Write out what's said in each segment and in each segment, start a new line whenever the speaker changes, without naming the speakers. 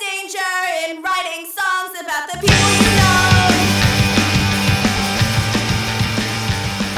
danger in writing songs about the people you know.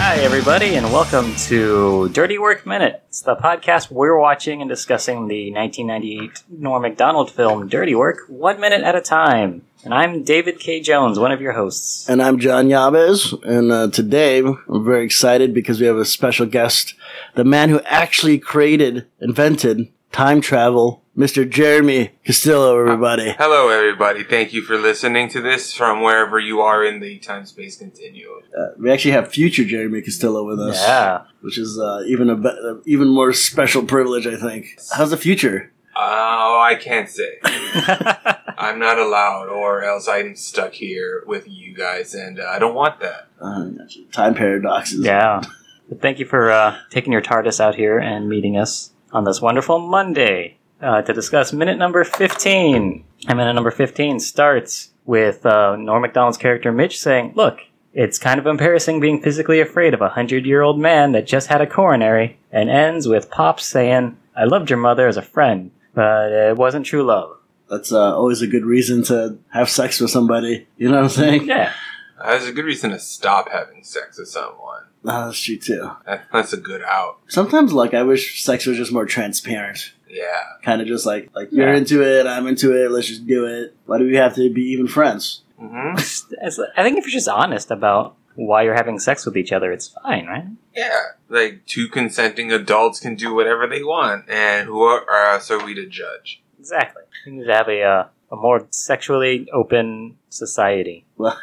Hi, everybody, and welcome to Dirty Work Minute. It's the podcast we're watching and discussing the 1998 Norm MacDonald film Dirty Work, one minute at a time. And I'm David K. Jones, one of your hosts.
And I'm John Yabes, and uh, today I'm very excited because we have a special guest, the man who actually created, invented time travel, Mr. Jeremy Castillo, everybody.
Hello, everybody. Thank you for listening to this from wherever you are in the time space continuum.
Uh, we actually have future Jeremy Castillo with us,
Yeah.
which is uh, even a be- uh, even more special privilege, I think. How's the future?
Oh, I can't say. I'm not allowed, or else I'm stuck here with you guys, and uh, I don't want that.
Uh, gotcha. time paradoxes.
yeah. But thank you for uh, taking your TARDIS out here and meeting us on this wonderful Monday uh, to discuss minute number 15. And minute number 15 starts with uh, Norm MacDonald's character Mitch saying, Look, it's kind of embarrassing being physically afraid of a hundred year old man that just had a coronary, and ends with Pops saying, I loved your mother as a friend, but it wasn't true love.
That's uh, always a good reason to have sex with somebody. You know what I'm saying?
Yeah.
Uh, There's a good reason to stop having sex with someone.
Uh, that's true, too.
That- That's a good out.
Sometimes, like, I wish sex was just more transparent.
Yeah.
kind of just like like you're
Yeah.
into it, I'm into it, let's just do it. Why do we have to be even friends?
hmm
It's- I think if you're just honest about why you're having sex with each other, it's fine, right?
Yeah. Like, two consenting adults can do whatever they want, and who are, are us are we to judge?
Exactly. We need to have a, uh, a more sexually open society.
Well,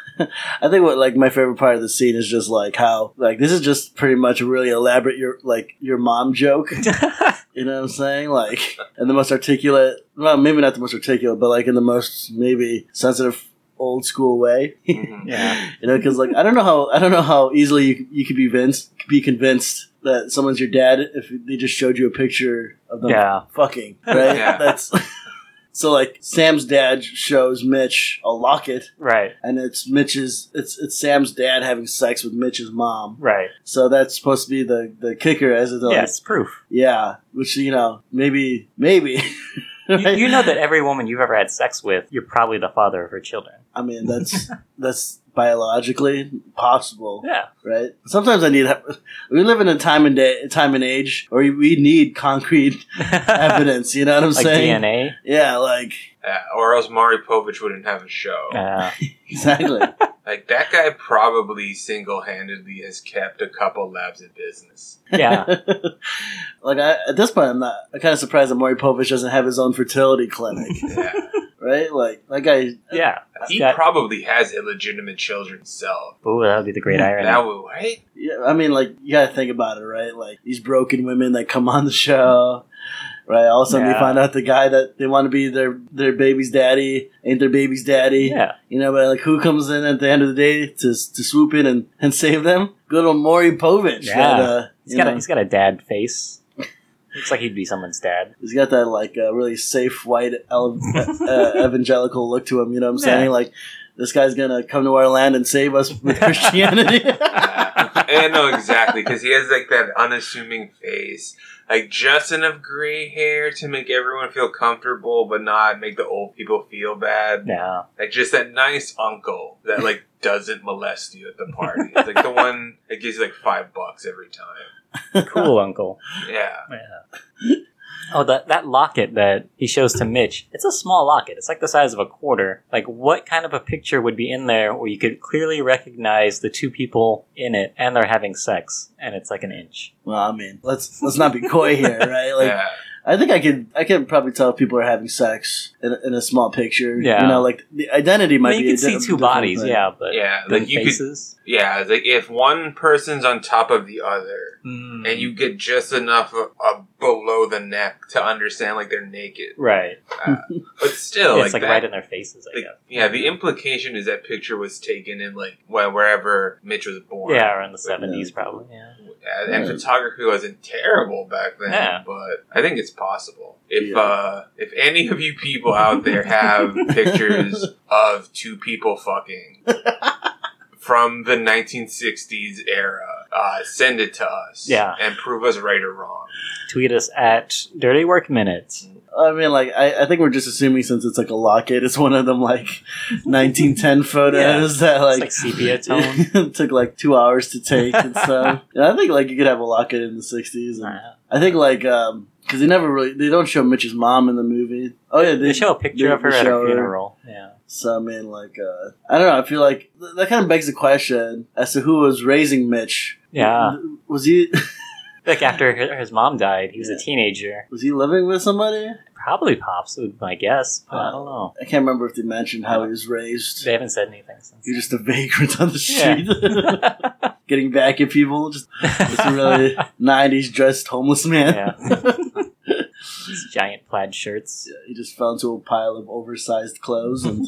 I think what like my favorite part of the scene is just like how like this is just pretty much a really elaborate your like your mom joke. you know what I'm saying? Like and the most articulate, well, maybe not the most articulate, but like in the most maybe sensitive old school way.
Mhm.
yeah.
You know, because like I don't know how I don't know how easily you, you could be convinced be convinced that someone's your dad if they just showed you a picture of them
Yeah.
fucking right.
Yeah.
That's so like Sam's dad shows Mitch a locket,
Right.
and it's Mitch's it's it's Sam's dad having sex with Mitch's mom.
Right.
So that's supposed to be the the kicker as it's like,
Yeah, it's proof.
yeah, which you know maybe maybe.
You, you know that every woman you've ever had sex with, you're probably the father of her children.
I mean that's that's biologically possible.
Yeah.
right? Sometimes I need. We live in a time and day, time and age, where we need concrete evidence. You know what I'm
like
saying?
DNA.
Yeah, like
Yeah, or else Mari Povich wouldn't have a show.
Uh,
exactly.
Like that guy probably single handedly has kept a couple labs in business.
yeah.
like I, at this point, I'm not. I'm kind of surprised that Maury Povich doesn't have his own fertility clinic,
Yeah.
right? Like that guy.
Yeah.
he
That-
probably has illegitimate children himself.
Ooh, that would be the great irony.
That would right?
Yeah, I mean, like you got to think about it, right? Like these broken women that come on the show. Right, all of a sudden they
Yeah.
find out the guy that they want to be their their baby's daddy ain't their baby's daddy.
yeah.
You know, but like who comes in at the end of the day to to swoop in and, and save them? Good old Maury Povich.
Yeah.
That, uh,
He's
you
got, a,
know,
he's got a dad face. Looks like he'd be someone's dad.
he's got that like uh, really safe white ele- uh, evangelical look to him. You know what I'm
Yeah.
saying? Like this guy's gonna come to our land and save us with Christianity.
Yeah. I know exactly because he has like that unassuming face, like just enough gray hair to make everyone feel comfortable, but not make the old people feel bad.
Yeah.
Like just that nice uncle that like doesn't molest you at the party. It's like the one that gives you like five bucks every time.
Cool uncle.
Yeah.
Oh, that that locket that he shows to Mitch. It's a small locket. It's like the size of a quarter. Like, what kind of a picture would be in there where you could clearly recognize the two people in it and they're having sex, and it's like an inch?
well, I mean, let's let's not be coy here, right? Like
yeah.
I think I could I could probably tell if people are having sex in, in a small picture.
Yeah.
you know, like the identity
I
might
mean,
be
you
a
could see
di-
two
different
bodies,
thing.
yeah, but
Yeah,
the
like you could.
faces.
Yeah, it's like if one person's on top of the other,
Mm.
and you get just enough of, of below the neck to understand like they're naked,
right?
but still,
Yeah,
like,
it's like
that,
right in their faces. I
like,
guess.
yeah, the implication is that picture was taken in like well, wherever Mitch was born.
Yeah, around the seventies, probably. Yeah.
and, and
Yeah.
photography wasn't terrible back then.
Yeah.
but I think it's possible if
Yeah.
uh, if any of you people out there have pictures of two people fucking from the 1960s era, uh, send it to us.
Yeah.
and prove us right or wrong.
Tweet us at Dirty Work Minutes.
I mean, like, I, I think we're just assuming since it's like a locket, it's one of them like 1910 photos that
It's
like,
like sepia tone.
took like two hours to take and stuff. and I think like you could have a locket in the 60s. And
Uh,
I think like um because they never really they don't show Mitch's mom in the movie. Oh yeah, they,
they show a picture
they
of her at
show
her
her.
funeral. Yeah.
So I mean, like uh, I don't know. I feel like th- that kind of begs the question as to who was raising Mitch.
Yeah.
Was he
Like after her- his mom died, he was
Yeah.
a teenager.
was he living with somebody?
Probably pops would be my guess, but I don't know.
I can't remember if they mentioned how he was raised.
They haven't said anything since.
You're just a vagrant on the street,
Yeah.
getting back at people. Just this really '90s dressed homeless man.
yeah. These giant plaid shirts.
He just fell into a pile of oversized clothes and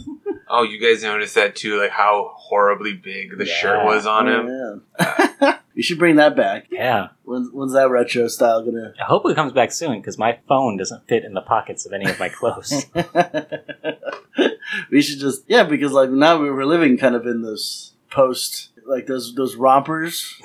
Oh, you guys noticed that too, like how horribly big the
Yeah.
shirt was on him.
Oh, yeah. you should bring that back.
Yeah.
When's, when's that retro style gonna?
I hope it comes back soon because my phone doesn't fit in the pockets of any of my clothes.
we should just yeah, because like now we we're living kind of in this post like those those rompers,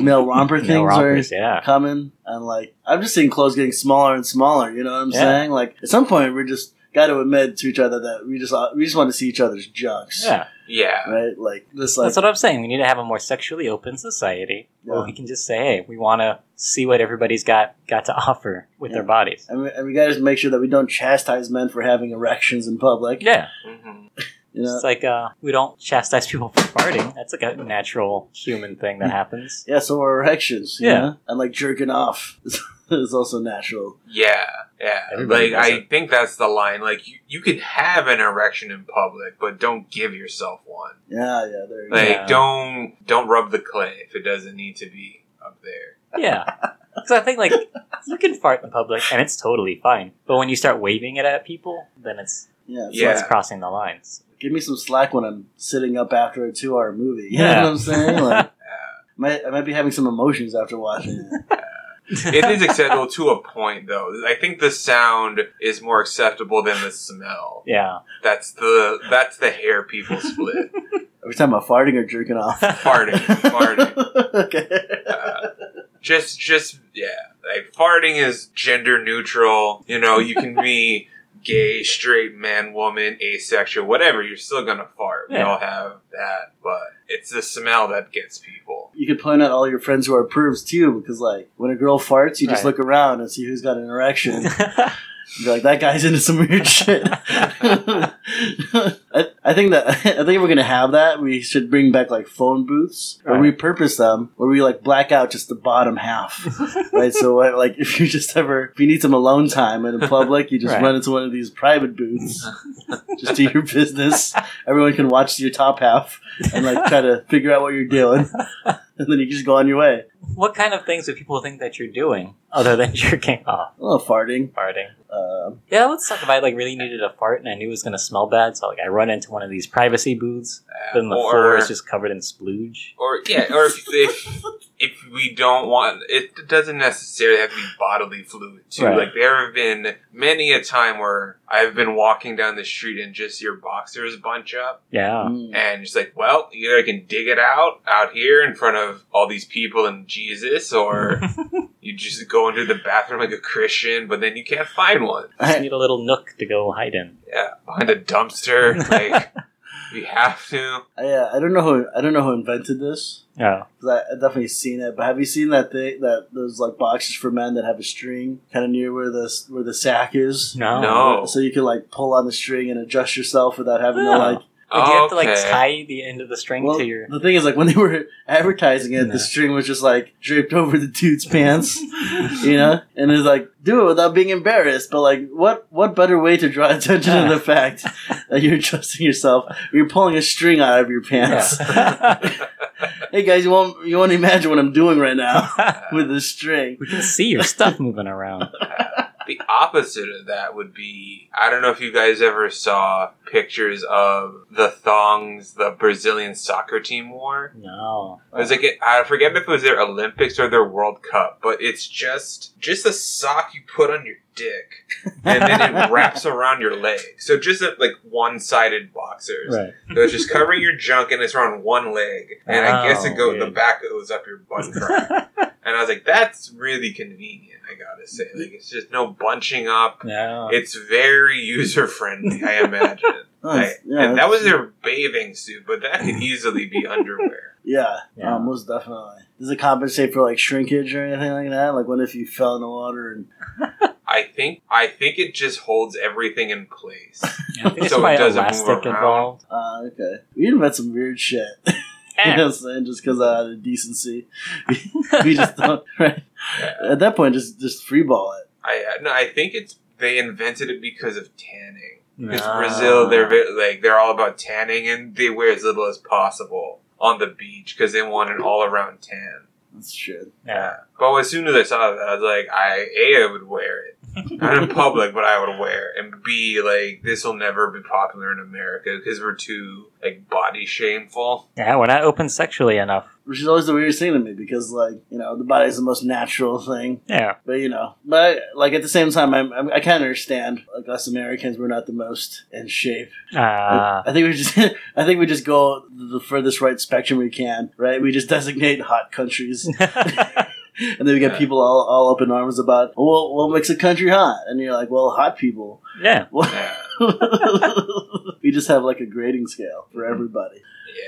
male romper things
no rompers,
are
yeah.
coming, and like I'm just seeing clothes getting smaller and smaller. You know what I'm
Yeah.
saying? Like at some point we're just got to admit to each other that we just uh, we just want to see each other's junks.
Yeah.
Yeah.
Right, like this, like
That's what I'm saying. We need to have a more sexually open society where
Yeah.
we can just say, "Hey, we want to see what everybody's got got to offer with their
Yeah.
bodies."
and we, and we gotta just make sure that we don't chastise men for having erections in public.
Yeah,
Mhm.
You know,
it's like uh, we don't chastise people for farting. That's like a natural human thing that happens.
Yeah, so are erections. you
Yeah.
know? And like jerking off is also natural.
Yeah. Yeah.
Everybody
like,
does
I
it.
think that's the line. Like, you, you could have an erection in public, but don't give yourself one.
Yeah, yeah, there you go.
Like,
Yeah.
don't don't rub the clay if it doesn't need to be up there.
Yeah, because I think like you can fart in public and it's totally fine, but when you start waving it at people, then it's
Yeah, it's
yeah.
Yeah.
it's crossing the lines.
like, give me some slack when I'm sitting up after a two hour movie. You
Yeah.
know what I'm saying? Like, might, I might be having some emotions after watching it.
It is acceptable to a point, though. I think the sound is more acceptable than the smell.
Yeah,
That's the that's the hair people split.
Every time I'm farting or jerking off.
farting, farting.
okay.
Uh, just just yeah like farting is gender neutral you know you can be gay straight man woman asexual whatever you're still gonna fart we
Yeah.
all have that but it's the smell that gets people
You could point out all your friends who are pervs too, because like when a girl farts, you just
Right.
look around and see who's got an erection. Be like, that guy's into some weird shit. I, I think that I think if we're gonna have that, we should bring back like phone booths or
Right.
repurpose them, where we like black out just the bottom half, right? So uh, like if you just ever if you need some alone time in public, you just
Right.
run into one of these private booths, just do your business. Everyone can watch your top half and like try to figure out what you're doing, and then you just go on your way.
what kind of things do people think that you're doing other than jerking off,
A little farting.
farting?
Uh,
Yeah, let's talk about like really needed a fart and I knew it was gonna smell bad, so like I run into one of these privacy booths,
Uh,
then the floor is just covered in splooge.
or yeah or if, if if we don't want it doesn't necessarily have to be bodily fluid too
Right.
like there have been many a time where i've been walking down the street and just your boxers bunch up
Yeah.
mm.
And it's like, well, either I can dig it out out here in front of all these people and Jesus, or you just go into the bathroom like a Christian, but then you can't find one.
Just
I,
need a little nook to go hide in.
Yeah, behind a dumpster. Like, we have to.
I, uh, I don't know who I don't know who invented this.
Yeah.
'Cause I, I definitely seen it. But have you seen that thing that those like boxes for men that have a string kind of near where the where the sack is?
No.
No. Oh.
So you can like pull on the string and adjust yourself without having
Oh.
to like.
Like, do you have to like
Okay.
tie the end of the string
Well,
to your
the thing is, like when they were advertising it,
No.
the string was just like draped over the dude's pants, you know. And it's like do it without being embarrassed. But like, what what better way to draw attention to the fact that you're adjusting yourself? You're pulling a string out of your pants.
Yeah.
Hey guys, you won't you won't imagine what I'm doing right now with this string.
we can see your stuff moving around.
The opposite of that would be I don't know if you guys ever saw pictures of the thongs the Brazilian soccer team wore.
No.
It was like I forget if it was their Olympics or their World Cup, but it's just just a sock you put on your dick, and then it wraps around your leg. So just a, like one-sided boxers.
Right.
So it's just covering your junk and it's around one leg. And I guess it
Oh,
goes
yeah.
the back goes up your butt crack. and I was like, that's really convenient, I gotta say. Like it's just no bunching up.
Uh,
Yeah.
It's very user friendly, I imagine.
Oh,
I-
it's- yeah,
and that was
that's-
their bathing suit, but that could easily be underwear.
Yeah,
Yeah.
uh, most definitely. Does it compensate for like shrinkage or anything like that? Like, what if you fell in the water and
I think I think it just holds everything in place.
I think it's
So it
probably
doesn't move
elastic
around.
involved.
uh, okay, we invent some weird shit. you know what I'm saying? Just because out of decency, we just don't. Right? At that point, just just free ball it.
I uh, no, I think it's they invented it because of tanning. It's
Ah.
Brazil. They're ve- like they're all about tanning, and they wear as little as possible on the beach because they want an all-around tan.
That's true.
Yeah.
But as soon as I saw that, I was like, I a I would wear it, not in public, but I would wear. It. And b like this will never be popular in America because we're too like body shameful.
Yeah, we're not open sexually enough.
Which is always the weirdest thing to me because, like, you know, the body is the most natural thing.
Yeah.
But you know, but like at the same time, I'm, I'm, I kind of understand. Like us Americans, we're not the most in shape.
Uh,
I think we just, I think we just go the furthest right spectrum we can. Right? We just designate hot countries, and then we get
Yeah.
people all, all up in arms about, well, what makes a country hot? And you're like, well, hot people.
yeah.
Yeah,
we just have like a grading scale for everybody.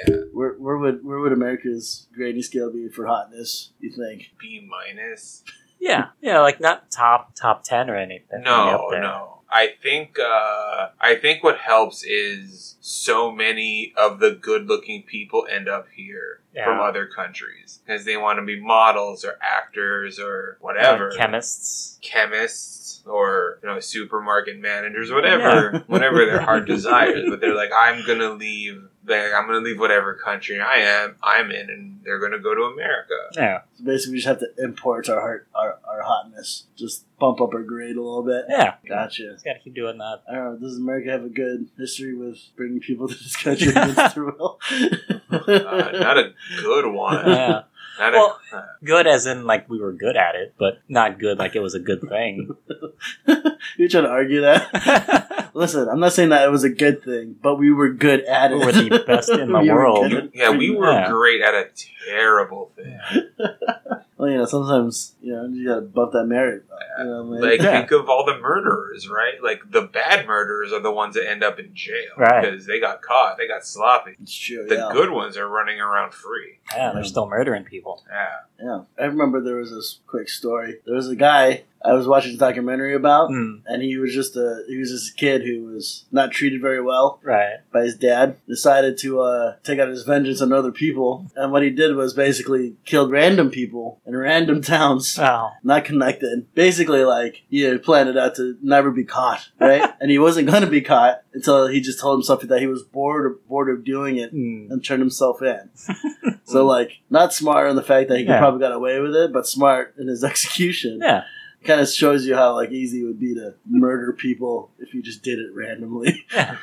yeah.
Where, where would where would America's grading scale be for hotness? You think?
B minus.
Yeah. Yeah, like not top top 10 or anything. Up
No,
there.
no. I think uh, I think what helps is so many of the good-looking people end up here from
Yeah.
other countries because they want to be models or actors or whatever,
Like chemists.
chemists or you know supermarket managers, whatever, whatever their heart desires. But they're like, I'm gonna leave. Like, I'm gonna leave whatever country I am. I'm in, and they're gonna go to America.
Yeah.
So basically, we just have to import our heart, our, our hotness, just bump up our grade a little bit.
Yeah.
Gotcha.
Just gotta keep doing that.
I don't know. Does America have a good history with bringing people to this country against their will?
Uh, not a good one.
Yeah.
Not
Well-
a,
good as in like we were good at it, but not good like it was a good thing.
You're trying to argue that?
we
Listen, I'm not saying that it was a good thing, but we were good at it.
were the best in the
We were
world.
good at
yeah, we were
Yeah.
great at a terrible thing.
Well, you know, sometimes you know you gotta bump that merit. up, You know, what I mean?
Like,
Yeah.
think of all the murderers, right? Like, the bad murderers are the ones that end up in jail
Right.
because they got caught, they got sloppy.
it's true.
The
yeah.
good ones are running around free.
Yeah, they're still murdering people.
Yeah.
Yeah, I remember there was this quick story. There was a guy I was watching a documentary about,
Mm,
and he was just a he was just a kid who was not treated very well
right.
by his dad. Decided to uh, take out his vengeance on other people, and what he did was basically killed random people in random towns.
Oh,
Not connected. Basically, like he had planned it out to never be caught, right? and he wasn't going to be caught until he just told himself that he was bored bored of doing it
mm,
and turned himself in. so like not smart on the fact that he
Yeah.
probably got away with it, but smart in his execution.
yeah,
Kind of shows you how like easy it would be to murder people if you just did it randomly.
Yeah,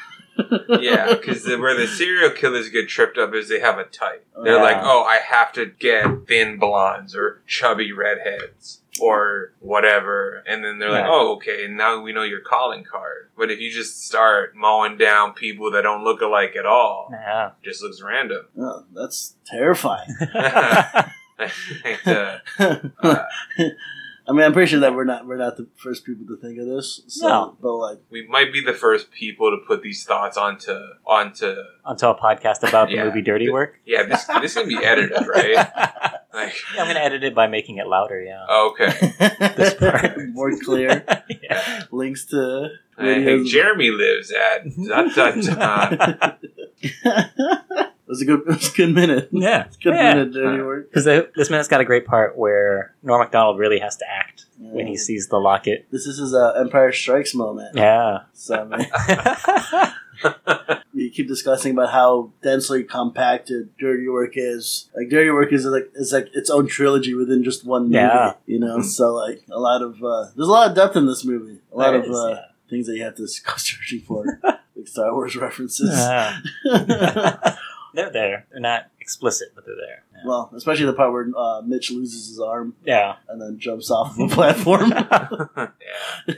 because where the serial killers get tripped up is they have a type. They're
Yeah.
like, oh, I have to get thin blondes or chubby redheads or whatever. And then they're like,
Yeah.
oh, okay, now we know your calling card. But if you just start mowing down people that don't look alike at all,
yeah.
it just looks random.
Oh, that's terrifying.
I think the-
I mean, I'm pretty sure that we're not we're not the first people to think of this. So,
No.
but like
we might be the first people to put these thoughts onto onto.
Onto a podcast about the
Yeah.
movie Dirty Work.
Yeah, this this can be edited, right? Like,
Yeah, I'm gonna edit it by making it louder. Yeah.
okay.
This part.
more clear
Yeah.
links to
I think Jeremy lives at. Dot, dot, dot.
it was a good it was a good minute.
yeah,
It's a good
Yeah.
minute, dirty work.
because this minute's got a great part where Norm Macdonald really has to act when he sees the locket.
this is his uh, Empire Strikes moment.
Yeah.
So I mean, we keep discussing about how densely compacted Dirty Work is. Like Dirty Work is like is like its own trilogy within just one movie.
Yeah. Mm-hmm.
You know,
Mhm.
so like a lot of uh, there's a lot of depth in this movie. A lot
There
of
is,
uh,
yeah. uh,
things that you have to go searching for, like Star Wars references.
Yeah. They're there. They're not explicit, but they're there. Yeah.
Well, especially the part where uh, Mitch loses his arm
yeah.
and then jumps off of a platform. Oh,
Yeah.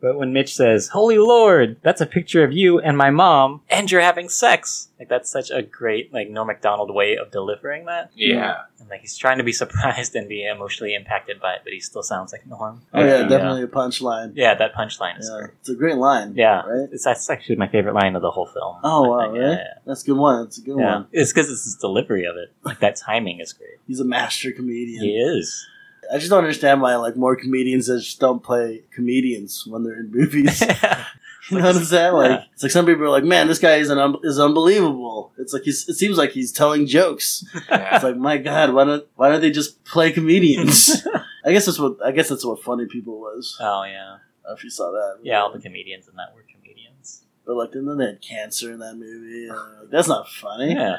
But when Mitch says, Holy Lord, that's a picture of you and my mom, and you're having sex. Like, that's such a great, like, Norm MacDonald way of delivering that.
Yeah.
And, like, he's trying to be surprised and be emotionally impacted by it, but he still sounds like Norm.
oh yeah,
Yeah.
definitely a punchline.
Yeah, that punchline is
Yeah,
great.
it's a great line.
Yeah.
right.
It's, that's actually my favorite line of the whole film.
Oh wow,
I think.
really? That's a good one. That's a good
Yeah. yeah.
one.
It's because it's his delivery of it. Like, that timing is great.
He's a master comedian.
He is.
I just don't understand why like more comedians that just don't play comedians when they're in movies. you know what I'm saying? Like
Yeah.
it's like some people are like, "Man, this guy is an un- is unbelievable." It's like he's, it seems like he's telling jokes.
Yeah.
It's like, my God, why don't why don't they just play comedians? I guess that's what I guess that's what funny people was. I
oh, yeah.
don't know if you saw that,
Yeah, all the comedians in that were comedians.
but like, and then they had cancer in that movie. And they're like, that's not funny.
Yeah.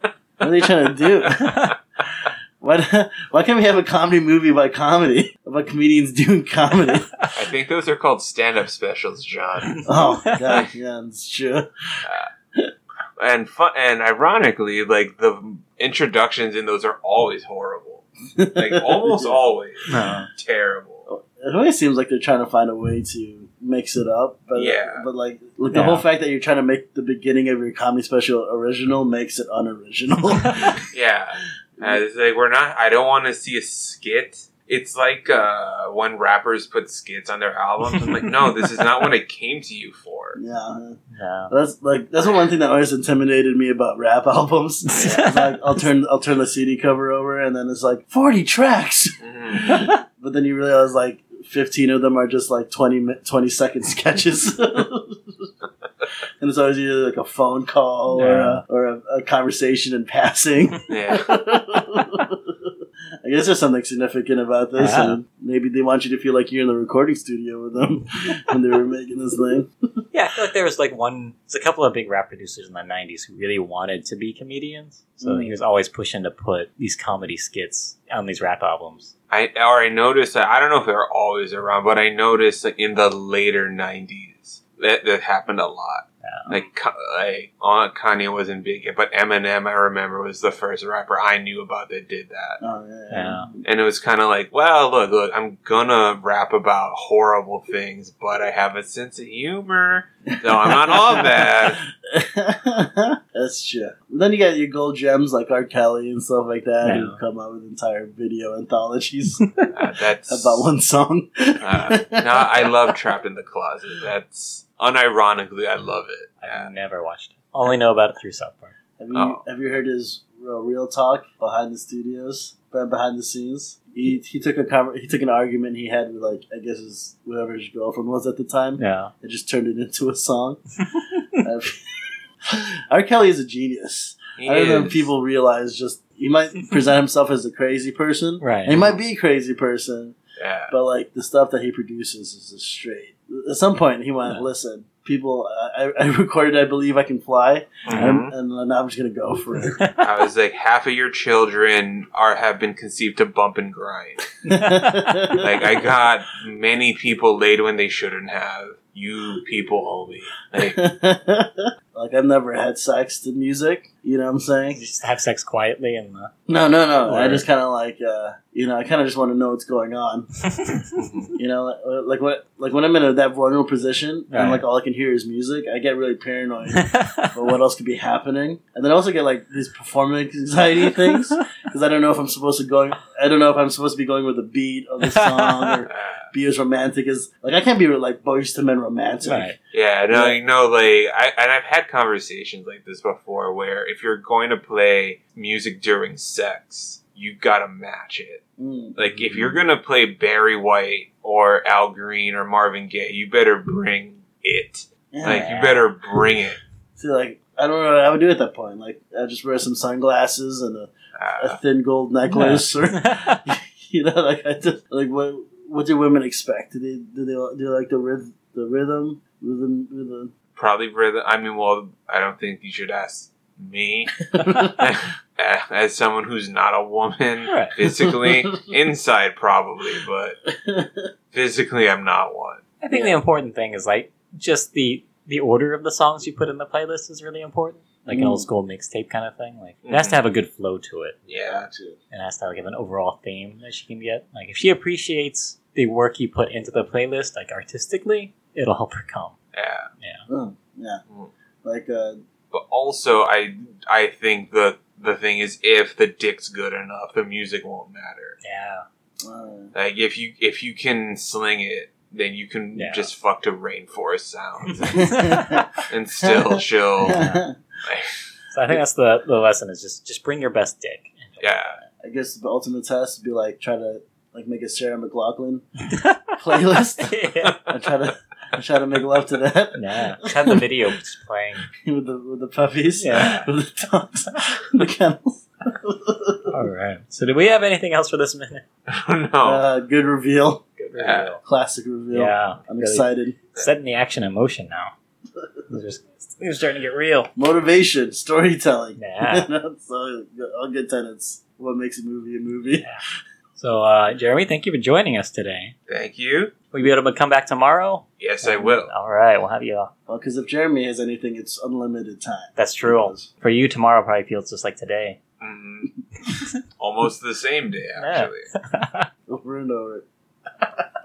What are they trying to do? Why, why can't we have a comedy movie about comedy about comedians doing comedy?
I think those are called stand-up specials, John.
oh God, yeah, it's true.
And fun, and ironically, like the introductions in those are always horrible. Like almost always
No.
terrible.
It always seems like they're trying to find a way to mix it up, but
Yeah.
but like, like the
Yeah.
whole fact that you're trying to make the beginning of your comedy special original makes it unoriginal.
Yeah. And it's like we're not. I don't want to see a skit. It's like uh, when rappers put skits on their albums. I'm like, no, this is not what I came to you for.
yeah,
no.
that's like that's the one thing that always intimidated me about rap albums. It's like I'll turn I'll turn the CD cover over, and then it's like forty tracks,
Mhm.
but then you realize like. 15 of them are just like 20 mi- 20 second sketches and it's always either like a phone call or, a, or a, a conversation in passing
Yeah.
I guess there's something significant about this,
Yeah.
and maybe they want you to feel like you're in the recording studio with them when they were making this thing.
Yeah, I feel like there was like one, there's a couple of big rap producers in the 90s who really wanted to be comedians. So
Mm.
he was always pushing to put these comedy skits on these rap albums.
I or I noticed that I don't know if they're always around, but I noticed that in the later '90s that that happened a lot. Like Ka- like uh, Kanye wasn't big yet, but Eminem I remember was the first rapper I knew about that did that,
Oh,
Yeah.
and it was kind of like, well, look, look, I'm gonna rap about horrible things, but I have a sense of humor, so I'm not all bad.
That's true. Then you got your gold gems like R. Kelly and stuff like that, who
Yeah.
come out with entire video anthologies
Uh, that's
about one song.
Uh, no, I love Trapped in the Closet. That's unironically, I love it. Yeah.
I've never watched it. Only know about it through South Park.
Have you
Oh.
have you heard his real, real talk behind the studios, uh, behind the scenes? He, he took a conver- he took an argument he had with like I guess his whoever his girlfriend was at the time.
Yeah.
and just turned it into a song. Uh, R. Kelly is a genius.
He
I don't know if
is.
people realize just he might present himself as a crazy person.
Right.
And He might be a crazy person,
Yeah.
but like the stuff that he produces is just straight. At some point, he went,
Yeah.
"Listen, people, I, I recorded. I believe I can fly,
Mhm.
and, and now I'm just gonna go for it."
I was like, half of your children are have been conceived to bump and grind. Like I got many people laid when they shouldn't have. You people owe me. Like,
like I've never had sex to music. You know what I'm saying?
You just have sex quietly and uh,
No, no, no. I
Or-
just kind of like, uh, you know, I kind of just want to know what's going on. you know, like what, like when I'm in a, that vulnerable position and
Right.
like all I can hear is music, I get really paranoid about what else could be happening, and then I also get like these performance anxiety things because I don't know if I'm supposed to go. I don't know if I'm supposed to be going with the beat of the song or
uh,
be as romantic as like I can't be like boys to men romantic.
right.
yeah, no, you know, like I and I've had conversations like this before, where if you're going to play music during sex, you gotta match it.
Mm.
Like if you're gonna play Barry White or Al Green or Marvin Gaye, you better bring it.
Yeah.
Like you better bring it.
See, like I don't know what I would do at that point. Like I just wear some sunglasses and a,
Uh,
Ah.
a thin gold necklace or. you know, like I just like what what do women expect? Do they do they do they like the rhythm the rhythm rhythm rhythm?
probably rather. I mean, well, I don't think you should ask me as someone who's not a woman
Right.
physically. Inside, probably, but physically, I'm not one.
I think the important thing is like just the the order of the songs you put in the playlist is really important. like an
Mm.
old school mixtape kind of thing. Like it has to have a good flow to it,
Yeah.
too.
and has to like, have an overall theme that she can get. Like if she appreciates the work you put into the playlist, like artistically, it'll help her come.
Yeah.
Oh, yeah.
Mm.
Like, uh,
But also, I I think the the thing is, if the dick's good enough, the music won't matter.
Yeah,
uh,
Like if you if you can sling it, then you can
Yeah.
just fuck to rainforest sounds,
so
and still she'll.
Oh, Yeah.
like,
I think that's the the lesson is just just bring your best dick.
yeah.
I guess the ultimate test would be like try to like make a Sarah McLaughlin playlist
yeah.
and try to and try to make love to that
Yeah, just have the video just playing.
with the with the puppies,
Yeah.
with the dogs, the kennels.
All right. So, do we have anything else for this minute?
no.
Uh, good reveal,
Good
Yeah.
reveal.
classic reveal.
Yeah,
I'm
really
excited.
Setting the action in motion now. It's just- it's starting to get real.
Motivation, storytelling.
Yeah.
That's all, all good tenets. What makes a movie a movie?
So, uh, Jeremy, thank you for joining us today.
Thank you.
Will you be able to come back tomorrow?
Yes, I will.
All right, we'll have you. uh,
Well, because if Jeremy has anything, it's unlimited time.
That's true. For you, tomorrow probably feels just like today.
Mhm. Almost the same day, actually.
Over and over.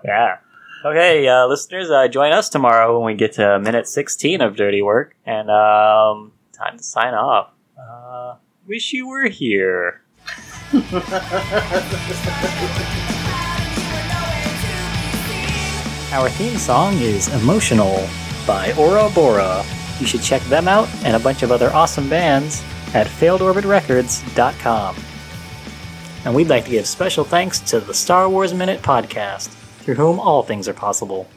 Yeah. Okay, uh, listeners, uh, join us tomorrow when we get to minute 16 of Dirty Work. And um, time to sign off. Uh, wish you were here. Our theme song is Emotional by Ora Bora. You should check them out and a bunch of other awesome bands at failedorbitrecords.com. And we'd like to give special thanks to the Star Wars Minute podcast, through whom all things are possible.